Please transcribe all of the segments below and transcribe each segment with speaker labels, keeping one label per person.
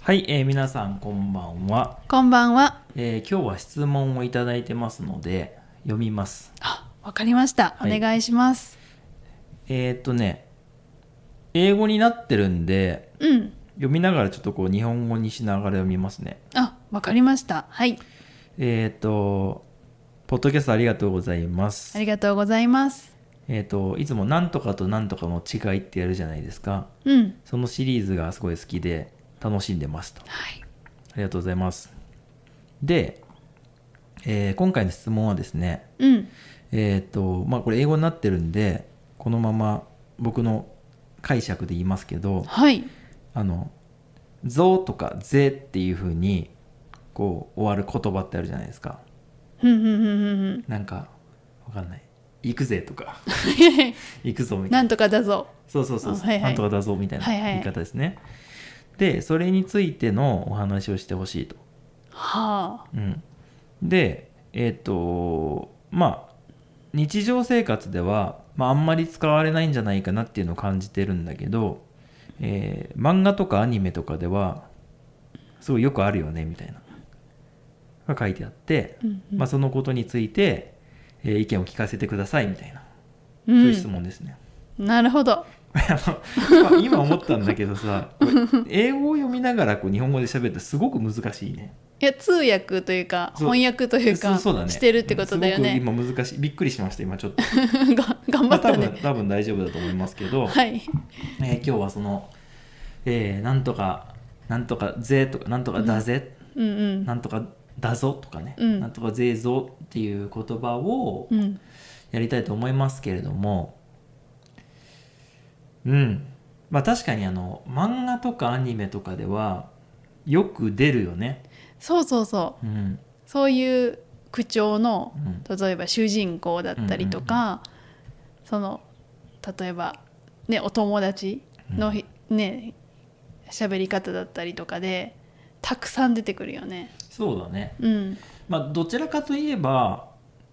Speaker 1: はい、えー皆さんこんばんは、
Speaker 2: こんばんは。
Speaker 1: えー今日は質問をいただいてますので読みます
Speaker 2: あ、わかりました。お
Speaker 1: はい
Speaker 2: 願いします。
Speaker 1: えーっとね英語になってるんで
Speaker 2: うん。
Speaker 1: 読みながらちょっとこう日本語にしながら読みますね
Speaker 2: あ、わかりました。はい。
Speaker 1: えーっとポッドキャストありがとうございます
Speaker 2: ありがとうございます。
Speaker 1: えーっといつもなんとかとなんとかの違いってやるじゃないですか
Speaker 2: うん。
Speaker 1: そのシリーズがすごい好きで楽しんでますと
Speaker 2: はい。
Speaker 1: ありがとうございます。で、えー今回の質問はですね、
Speaker 2: うん。
Speaker 1: えっ、と、まあこれ英語になってるんで、このまま僕の解釈で言いますけど、
Speaker 2: はい。
Speaker 1: あの、ぞとかぜっていう風に、こう、終わる言葉ってあるじゃないですか。
Speaker 2: ふんふんふんふんふん
Speaker 1: なんか、わかんない。行くぜとか、 行くぞみたいな。
Speaker 2: なんと かだぞ。
Speaker 1: そうそうそうそう、
Speaker 2: あはいはい
Speaker 1: なんとかだぞみたいな
Speaker 2: はいはい
Speaker 1: 言い方ですね。で、それについてのお話をしてほしいと。
Speaker 2: はあ。
Speaker 1: うん、でえっ、とまあ日常生活では、まあ、あんまり使われないんじゃないかなっていうのを感じてるんだけど、えー漫画とかアニメとかではすごいよくあるよねみたいなのが書いてあって、
Speaker 2: うんうん
Speaker 1: まあ、そのことについて、えー意見を聞かせてくださいみたいな
Speaker 2: う
Speaker 1: そうんいう質問ですね。
Speaker 2: なるほど。
Speaker 1: あのまあ今思ったんだけどさこれ英語を読みながらこう日本語で喋るってすごく難しいね。
Speaker 2: いや、通訳というか、
Speaker 1: そう
Speaker 2: 翻訳というか、
Speaker 1: そうそうだね
Speaker 2: してるってことだよ
Speaker 1: す
Speaker 2: ね。
Speaker 1: ごく今難しいびっくりしました今ちょ っと、
Speaker 2: が頑張
Speaker 1: まあ、多
Speaker 2: った
Speaker 1: 分
Speaker 2: ね。
Speaker 1: 多分大丈夫だと思いますけど、
Speaker 2: はい。
Speaker 1: えー今日はその、えーなんとかなんとかぜとかなんとかだぜ、
Speaker 2: うんうん。
Speaker 1: なんとかだぞとかね、
Speaker 2: うん
Speaker 1: なんとかぜぞっていう言葉を
Speaker 2: うん。
Speaker 1: やりたいと思いますけれどもうんまあ確かにあの漫画とかアニメとかではよく出るよね
Speaker 2: そうそうそう。
Speaker 1: うん
Speaker 2: そういう口調の
Speaker 1: うん
Speaker 2: 例えば主人公だったりとか、その例えば、ね、お友達のひ、ね喋り方だったりとかでたくさん出てくるよね。
Speaker 1: そうだね
Speaker 2: うん、
Speaker 1: まあ、どちらかといえば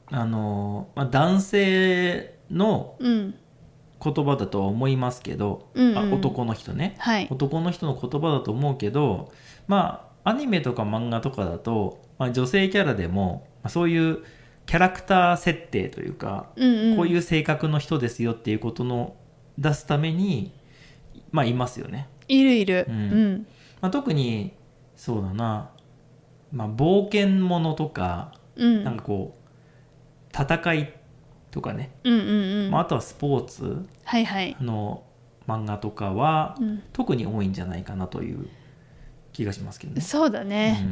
Speaker 1: あの、まあ、男性の
Speaker 2: うん、
Speaker 1: 言葉だとは思いますけど、
Speaker 2: うんうん
Speaker 1: あ男の人ね
Speaker 2: はい、
Speaker 1: 男の人の言葉だと思うけどまあアニメとか漫画とかだと、まあ、女性キャラでも、まあ、そういうキャラクター設定というか、
Speaker 2: うんうん、
Speaker 1: こういうう性格の人ですよっていうことの出すためにまあいますよね。
Speaker 2: いるいる、
Speaker 1: う
Speaker 2: うんん
Speaker 1: まあ、特にそうだな、まあ、冒険ものとか
Speaker 2: うん、
Speaker 1: なんかこう戦いとかね、
Speaker 2: うんうんうん
Speaker 1: まあ、あとはスポーツ
Speaker 2: はいはい、
Speaker 1: の漫画とかは
Speaker 2: うん、
Speaker 1: 特に多いんじゃないかなという気がしますけどね。
Speaker 2: そうだね、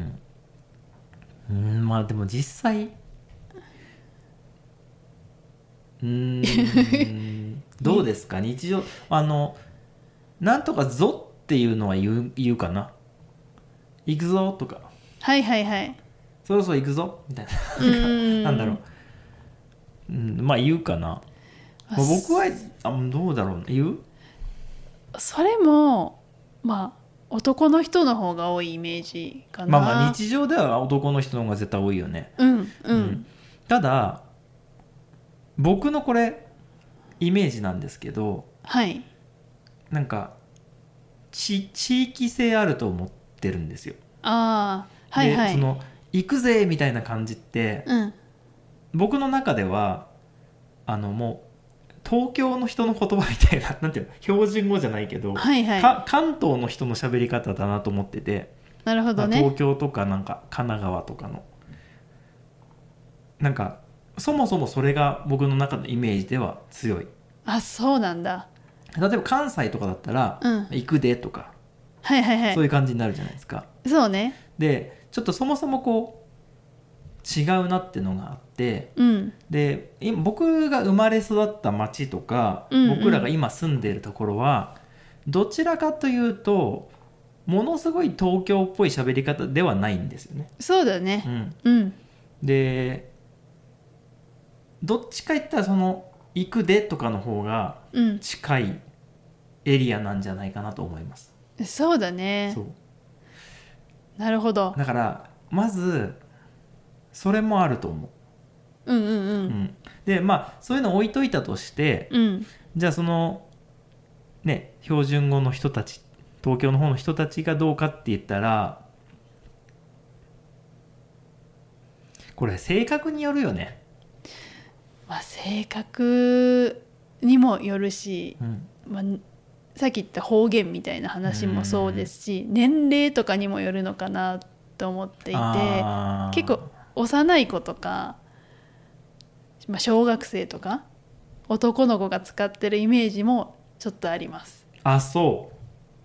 Speaker 1: うん、うんまあでも実際うー んどうですか日常あのなんとか「ぞ」っていうのは言う言うかな「行くぞ」とか
Speaker 2: はいは いはい、
Speaker 1: 「そろそろ行くぞ」みたいな
Speaker 2: うん、
Speaker 1: なんだろう、うん、まあ言うかな、まあ僕はあどうだろうな言う
Speaker 2: それもまあ男の人の方が多いイメージかな
Speaker 1: まあまあ日常では男の人の方が絶対多いよね、
Speaker 2: うんう
Speaker 1: うんただ僕のこれイメージなんですけど
Speaker 2: はい
Speaker 1: なんかち地域性あると思ってるんですよ、
Speaker 2: ああはいは
Speaker 1: で
Speaker 2: い
Speaker 1: その行くぜみたいな感じって
Speaker 2: うん
Speaker 1: 僕の中ではあのもう東京の人の言葉みたいななんていうの標準語じゃないけど、
Speaker 2: はいは
Speaker 1: か関東の人の喋り方だなと思ってて、
Speaker 2: いなるほどね
Speaker 1: 東京とかなんか神奈川とかのなんかそもそもそれが僕の中のイメージでは強い
Speaker 2: あそうなんだ
Speaker 1: 例えば関西とかだったら「
Speaker 2: うん
Speaker 1: 行くで」とか、
Speaker 2: はいはいはい
Speaker 1: そ
Speaker 2: そうう
Speaker 1: いう感じになるじゃないですか
Speaker 2: ね
Speaker 1: でちょっとそもそもこう違うなってのがあって
Speaker 2: うん
Speaker 1: で今僕が生まれ育った町とか、
Speaker 2: うんうん
Speaker 1: 僕らが今住んでいるところはどちらかというとものすごい東京っぽい喋り方ではないんですよね。
Speaker 2: そうだ
Speaker 1: う
Speaker 2: ね
Speaker 1: ん、
Speaker 2: うん
Speaker 1: でどっちか言ったらその「行くで」とかの方が
Speaker 2: うん
Speaker 1: 近いエリアなんじゃないかなと思います。
Speaker 2: そうだね
Speaker 1: そう
Speaker 2: なるほど
Speaker 1: だからまずそれもあると思
Speaker 2: うんうんう
Speaker 1: う。うんん、でまあそういうの置いといたとして
Speaker 2: うん
Speaker 1: じゃあそのね標準語の人たち東京の方の人たちがどうかって言ったらこれ性格によるよね、
Speaker 2: まあ、性格にもよるし、
Speaker 1: うん
Speaker 2: まあ、さっき言った方言みたいな話もそうですし、年齢とかにもよるのかなと思っていて
Speaker 1: あー
Speaker 2: 結構幼い子とか、まあ、小学生とか男の子が使ってるイメージもちょっとあります。
Speaker 1: あそ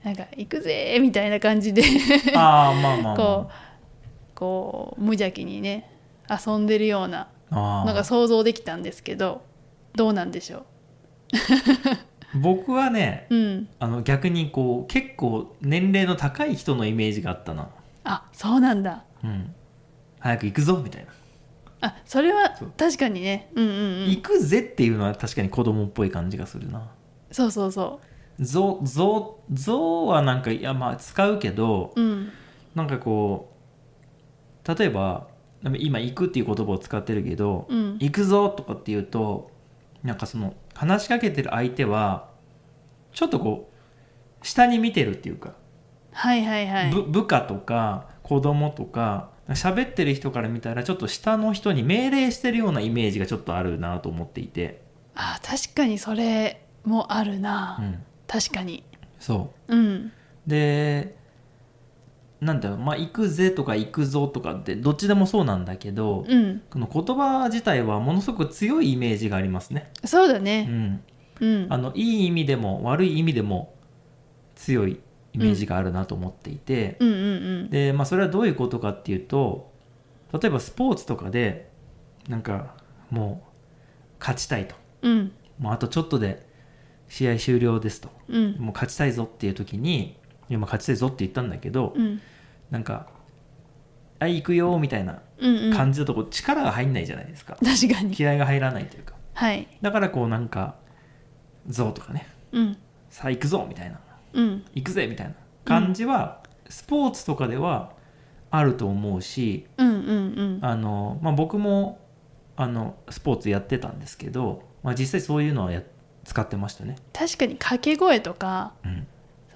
Speaker 2: なんか行くぜーみたいな感じで
Speaker 1: うあーまあまあ、ま
Speaker 2: こうこう無邪気にね遊んでるような
Speaker 1: あ、あ
Speaker 2: のが
Speaker 1: ー
Speaker 2: 想像できたんですけどどうなんでしょ
Speaker 1: 僕はね
Speaker 2: ううん
Speaker 1: あの逆にこう結構年齢の高い人のイメージがあったな、
Speaker 2: あそうなんだ
Speaker 1: うん、早く行くぞみたいな、
Speaker 2: あそれは
Speaker 1: そう
Speaker 2: 確かにねうんうんう
Speaker 1: 行
Speaker 2: ん
Speaker 1: くぜっていうのは確かに子供っぽい感じがするな
Speaker 2: そうそうそ
Speaker 1: ぞぞぞはなんかいやまあ使うけど
Speaker 2: ううん
Speaker 1: なんかこう例えば今行くっていう言葉を使ってるけど、
Speaker 2: うん
Speaker 1: 行くぞとかっていうとなんかその話しかけてる相手はちょっとこう下に見てるっていうか、
Speaker 2: はいはいはい
Speaker 1: ぶ部下とか子供とか喋ってる人から見たらちょっと下の人に命令してるようなイメージがちょっとあるなと思っていて、
Speaker 2: あ確かにそれもあるな、
Speaker 1: うん、
Speaker 2: 確かに
Speaker 1: そう
Speaker 2: うん
Speaker 1: でなんだろうまあ行くぜとか行くぞとかってどっちでもそうなんだけど、
Speaker 2: うん
Speaker 1: この言葉自体はものすごく強いイメージがありますね、
Speaker 2: そうだ
Speaker 1: う
Speaker 2: ね
Speaker 1: ん、
Speaker 2: うん
Speaker 1: あのいい意味でも悪い意味でも強いイメージがあるなと思っていて、
Speaker 2: うんうんうん
Speaker 1: で、まあ、それはどういうことかっていうと例えばスポーツとかでなんかもう勝ちたいと
Speaker 2: うん
Speaker 1: もうあとちょっとで試合終了ですと
Speaker 2: うん
Speaker 1: もう勝ちたいぞっていう時に今勝ちたいぞって言ったんだけど、
Speaker 2: うん
Speaker 1: なんか「あ行くよ」みたいな
Speaker 2: うんうん確
Speaker 1: 感じだとこう力が入んないじゃないですか、
Speaker 2: かに
Speaker 1: 気合が入らないというか
Speaker 2: はい
Speaker 1: だからこうなんか「ぞ」とかね
Speaker 2: うん
Speaker 1: 「さあ行くぞ」みたいな
Speaker 2: うん
Speaker 1: 「行くぜ」みたいな感じは、スポーツとかではあると思うし
Speaker 2: うんうんうん
Speaker 1: あの、まあ、僕もあのスポーツやってたんですけど、まあ、実際そういうのはや使ってましたね。
Speaker 2: 確かに掛け声とか
Speaker 1: うん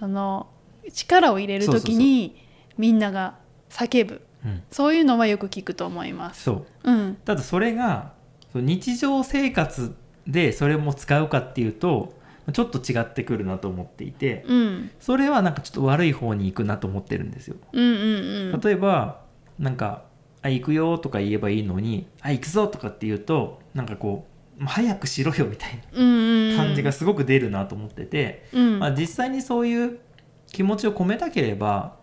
Speaker 2: その力を入れる時にみんなが叫ぶ
Speaker 1: うん、
Speaker 2: そういうのはよく聞くと思います。
Speaker 1: そう
Speaker 2: うん、
Speaker 1: ただそれがその日常生活でそれも使うかっていうとちょっと違ってくるなと思っていて
Speaker 2: うん、
Speaker 1: それはなんかちょっと悪い方に行くなと思ってるんですよ
Speaker 2: うんうんうん
Speaker 1: 例えばなんか「あ行くよ」とか言えばいいのに「あ行くぞ」とかって言うとなんかこう「まあ早くしろよ」みたい
Speaker 2: うんう
Speaker 1: な
Speaker 2: ん
Speaker 1: 感じがすごく出るなと思ってて、
Speaker 2: うん
Speaker 1: まあ、実際にそういう気持ちを込めたければ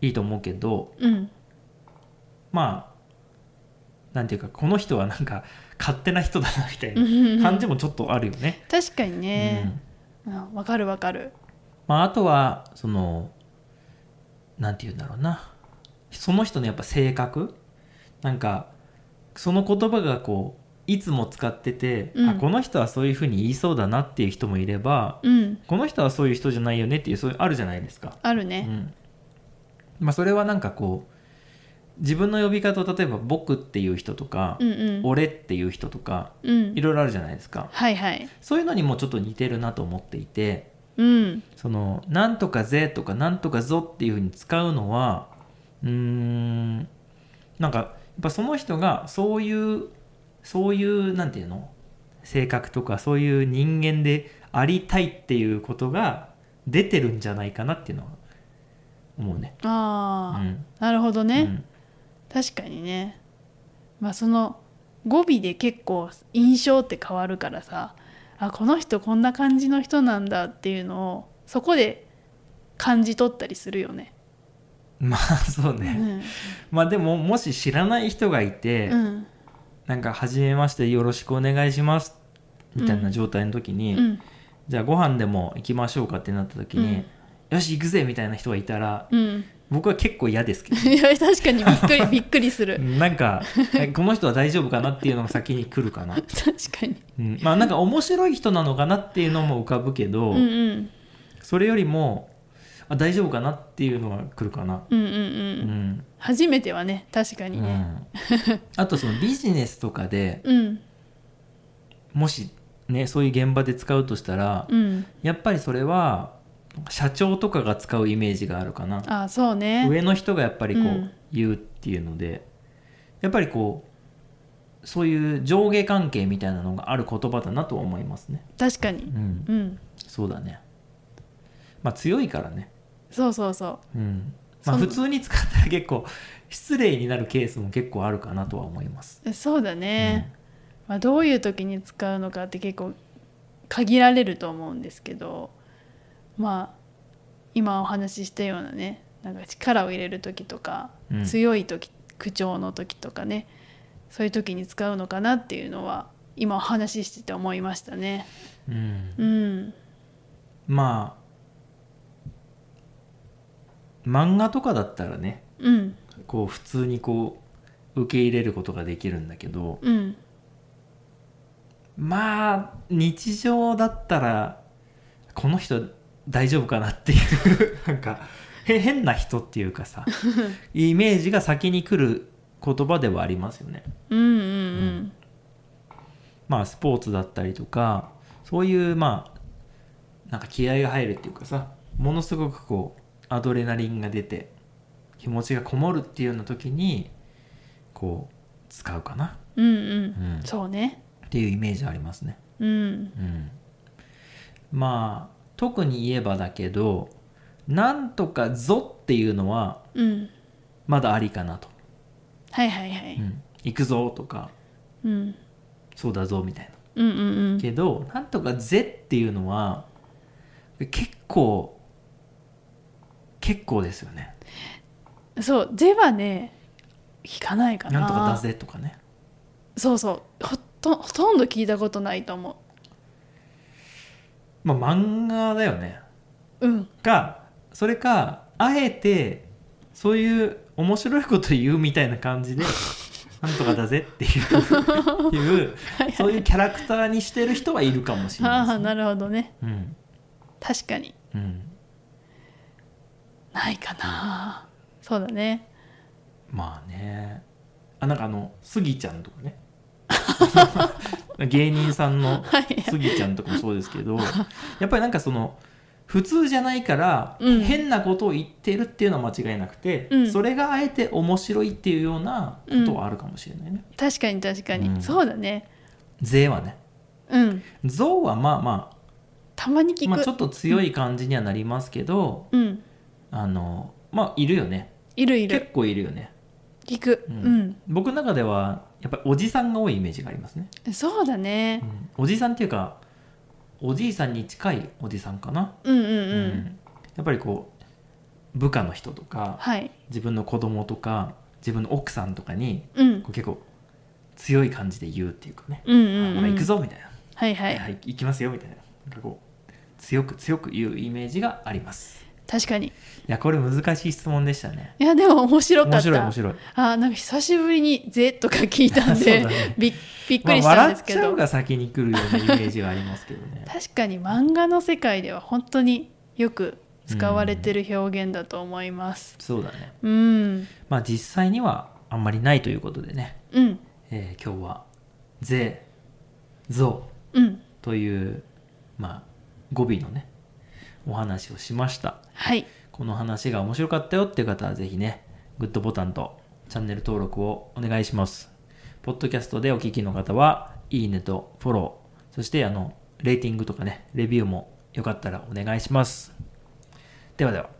Speaker 1: いいと思うけど
Speaker 2: うん
Speaker 1: まあなんていうかこの人はなんか勝手な人だなみたい
Speaker 2: う
Speaker 1: な
Speaker 2: んうんうん
Speaker 1: 感じもちょっとあるよね。
Speaker 2: 確かに
Speaker 1: う
Speaker 2: ね
Speaker 1: ん
Speaker 2: うんわ、かるわかる
Speaker 1: まあ、あとはそのなんていうんだろうなその人のやっぱ性格なんかその言葉がこういつも使ってて、
Speaker 2: うん
Speaker 1: あこの人はそういうふうに言いそうだなっていう人もいれば
Speaker 2: うん
Speaker 1: この人はそういう人じゃないよねっていうそういうあるじゃないですか。
Speaker 2: ある
Speaker 1: う
Speaker 2: ね
Speaker 1: んまあ、それはなんかこう自分の呼び方を例えば「僕」っていう人とか、
Speaker 2: うんうん
Speaker 1: 俺っていう人とか
Speaker 2: うん
Speaker 1: いろいろあるじゃないですか
Speaker 2: はいはい
Speaker 1: そういうのにもちょっと似てるなと思っていて
Speaker 2: うん
Speaker 1: その「なんとかぜ」とか「なんとかぞ」っていうふうに使うのはうーんなんかやっぱその人がそういうそういうなんていうの性格とかそういう人間でありたいっていうことが出てるんじゃないかなっていうのは思うね。う
Speaker 2: ああ、
Speaker 1: ん
Speaker 2: なるほど
Speaker 1: う
Speaker 2: ね、
Speaker 1: ん
Speaker 2: 確かにねまあその語尾で結構印象って変わるからさあこの人こんな感じの人なんだっていうのをそこで感じ取ったりするよね。
Speaker 1: まあそう
Speaker 2: う
Speaker 1: ね。
Speaker 2: ん、
Speaker 1: まあでももし知らない人がいて、
Speaker 2: うん、
Speaker 1: なんか「初めましてよろしくお願いします」みたいな状態の時に、
Speaker 2: うん、
Speaker 1: じゃあご飯でも行きましょうかってなった時に「よし行くぜ」みたいな人がいたら
Speaker 2: うん、
Speaker 1: 僕は結構嫌ですけ
Speaker 2: いや確かにびっ くりびっくりす
Speaker 1: ど
Speaker 2: る。
Speaker 1: なんかえこの人は大丈夫かなっていうのが先に来るかな、
Speaker 2: 確かに。
Speaker 1: うん、まあなんか面白い人なのかなっていうのも浮かぶけど、
Speaker 2: うんうん
Speaker 1: それよりもあ大丈夫かなっていうのが来るかな
Speaker 2: うんうん
Speaker 1: う
Speaker 2: うん。
Speaker 1: ん、
Speaker 2: 初めてはね確か
Speaker 1: う
Speaker 2: にね。
Speaker 1: ん、あとそのビジネスとかで
Speaker 2: うん
Speaker 1: もしねそういう現場で使うとしたら
Speaker 2: うん
Speaker 1: やっぱりそれは社長とかが使うイメージがあるかな
Speaker 2: ああそうね
Speaker 1: 上の人がやっぱりこう、
Speaker 2: うん
Speaker 1: 言うっていうのでやっぱりこうそういう上下関係みたいなのがある言葉だなとは思いますね
Speaker 2: 確か
Speaker 1: う
Speaker 2: に
Speaker 1: ん
Speaker 2: うん
Speaker 1: そうだねまあ強いからね
Speaker 2: そうそうそ
Speaker 1: うんまあ
Speaker 2: そん
Speaker 1: 普通に使ったら結構失礼になるケースも結構あるかなとは思います
Speaker 2: うそうだね、まあ、どういう時に使うのかって結構限られると思うんですけどまあ今お話ししたようなねなんか力を入れる時とか、
Speaker 1: うん
Speaker 2: 強い時口調の時とかねそういう時に使うのかなっていうのは今お話ししてて思いましたね。
Speaker 1: うん
Speaker 2: うん、
Speaker 1: まあ漫画とかだったらね
Speaker 2: うん、
Speaker 1: こう普通にこう受け入れることができるんだけど
Speaker 2: うん、
Speaker 1: まあ日常だったらこの人大丈夫かなっていうなんかへ変な人っていうかさイメージが先に来る言葉ではありますよね。
Speaker 2: うん、うん、
Speaker 1: まあスポーツだったりとかそういうまあなんか気合が入るっていうかさものすごくこうアドレナリンが出て気持ちがこもるっていうような時にこう使うかな
Speaker 2: うん、うん、
Speaker 1: うん
Speaker 2: そうね。
Speaker 1: っていうイメージありますね。
Speaker 2: うん、
Speaker 1: うん、まあ特に言えばだけどなんとかぞっていうのは
Speaker 2: うん、
Speaker 1: まだありかなと。
Speaker 2: はいはいは
Speaker 1: う
Speaker 2: い。
Speaker 1: ん、行くぞとか
Speaker 2: うん、
Speaker 1: そうだぞみたいな。
Speaker 2: うん、うん、うん、
Speaker 1: けど、なんとか「ぜ」っていうのは結構結構ですよね
Speaker 2: そう「ぜ」はね聞かないかな
Speaker 1: なんとかだぜとかね
Speaker 2: そうそうほとほとんど聞いたことないと思
Speaker 1: まあ漫画だよね
Speaker 2: ううん
Speaker 1: かそれかあえてそういう面白いこと言うみたいな感 じで「なんとかだぜ」っていういうそういうキャラクターにしてる人はいるかもしれ
Speaker 2: あ
Speaker 1: ない
Speaker 2: あ
Speaker 1: で
Speaker 2: ー
Speaker 1: すね
Speaker 2: なるほどね
Speaker 1: うん
Speaker 2: 確かに
Speaker 1: うん
Speaker 2: ないかなそうだね
Speaker 1: まあねあなんかあのスギちゃんとか ね芸人さんの
Speaker 2: はい
Speaker 1: スギちゃんとかもそうですけ どやっぱりなんかその普通じゃないから、
Speaker 2: うん
Speaker 1: 変なことを言ってるっていうのは間違いなくて、
Speaker 2: うん
Speaker 1: それがあえて面白いっていうようなことはあるかもしれないね。
Speaker 2: 確かに確かに、
Speaker 1: うん
Speaker 2: そうだね
Speaker 1: 税はね。
Speaker 2: うん
Speaker 1: 象はまあま
Speaker 2: たまに
Speaker 1: あ、
Speaker 2: 聞く、
Speaker 1: まあ、ちょっと強い感じにはなりますけど、
Speaker 2: うん
Speaker 1: あのまあいるよね
Speaker 2: いるい
Speaker 1: 結
Speaker 2: る
Speaker 1: 構いるよね。
Speaker 2: 聞く
Speaker 1: う
Speaker 2: うんん、
Speaker 1: 僕の中ではやっぱりおじさんが多いイメージがありますね。
Speaker 2: そうだね
Speaker 1: うんおじさんっていうかおじいさんに近いおじさんかな。
Speaker 2: うんうんうん、
Speaker 1: うんやっぱりこう部下の人とか
Speaker 2: はい
Speaker 1: 自分の子供とか自分の奥さんとかに
Speaker 2: うん
Speaker 1: こう結構強い感じで言うっていうかね
Speaker 2: う
Speaker 1: 「
Speaker 2: んうん
Speaker 1: あ
Speaker 2: う
Speaker 1: ほら
Speaker 2: ん
Speaker 1: 行くぞ」みたいな
Speaker 2: は
Speaker 1: 「
Speaker 2: いは
Speaker 1: はいい行きますよ」みたいななんかこう強く強く言うイメージがあります
Speaker 2: 確かに
Speaker 1: いやこれ難しい質問でしたね
Speaker 2: いやでも面白かった
Speaker 1: 面白い面白い
Speaker 2: あーなんか久しぶりに「ぜ」とか聞いたん
Speaker 1: そうだ
Speaker 2: で、
Speaker 1: ね
Speaker 2: びっびっく
Speaker 1: まあ
Speaker 2: りしたん
Speaker 1: 笑
Speaker 2: で
Speaker 1: っ
Speaker 2: すけ
Speaker 1: ちゃ
Speaker 2: ど、
Speaker 1: うが先に来るようなイメージがありますけど ね
Speaker 2: 確かに漫画の世界では本当によく使われてる表現だと思います
Speaker 1: そうだね
Speaker 2: うん
Speaker 1: まあ実際にはあんまりないということでね、
Speaker 2: うん
Speaker 1: えー今日は「ぜ」「ぞ」
Speaker 2: うん
Speaker 1: という、まあ、語尾のねお話をしました
Speaker 2: はい
Speaker 1: この話が面白かったよっていう方はぜひねグッドボタンとチャンネル登録をお願いしますポッドキャストでお聞きの方はいいねとフォローそしてあのレーティングとかねレビューもよかったらお願いしますではでは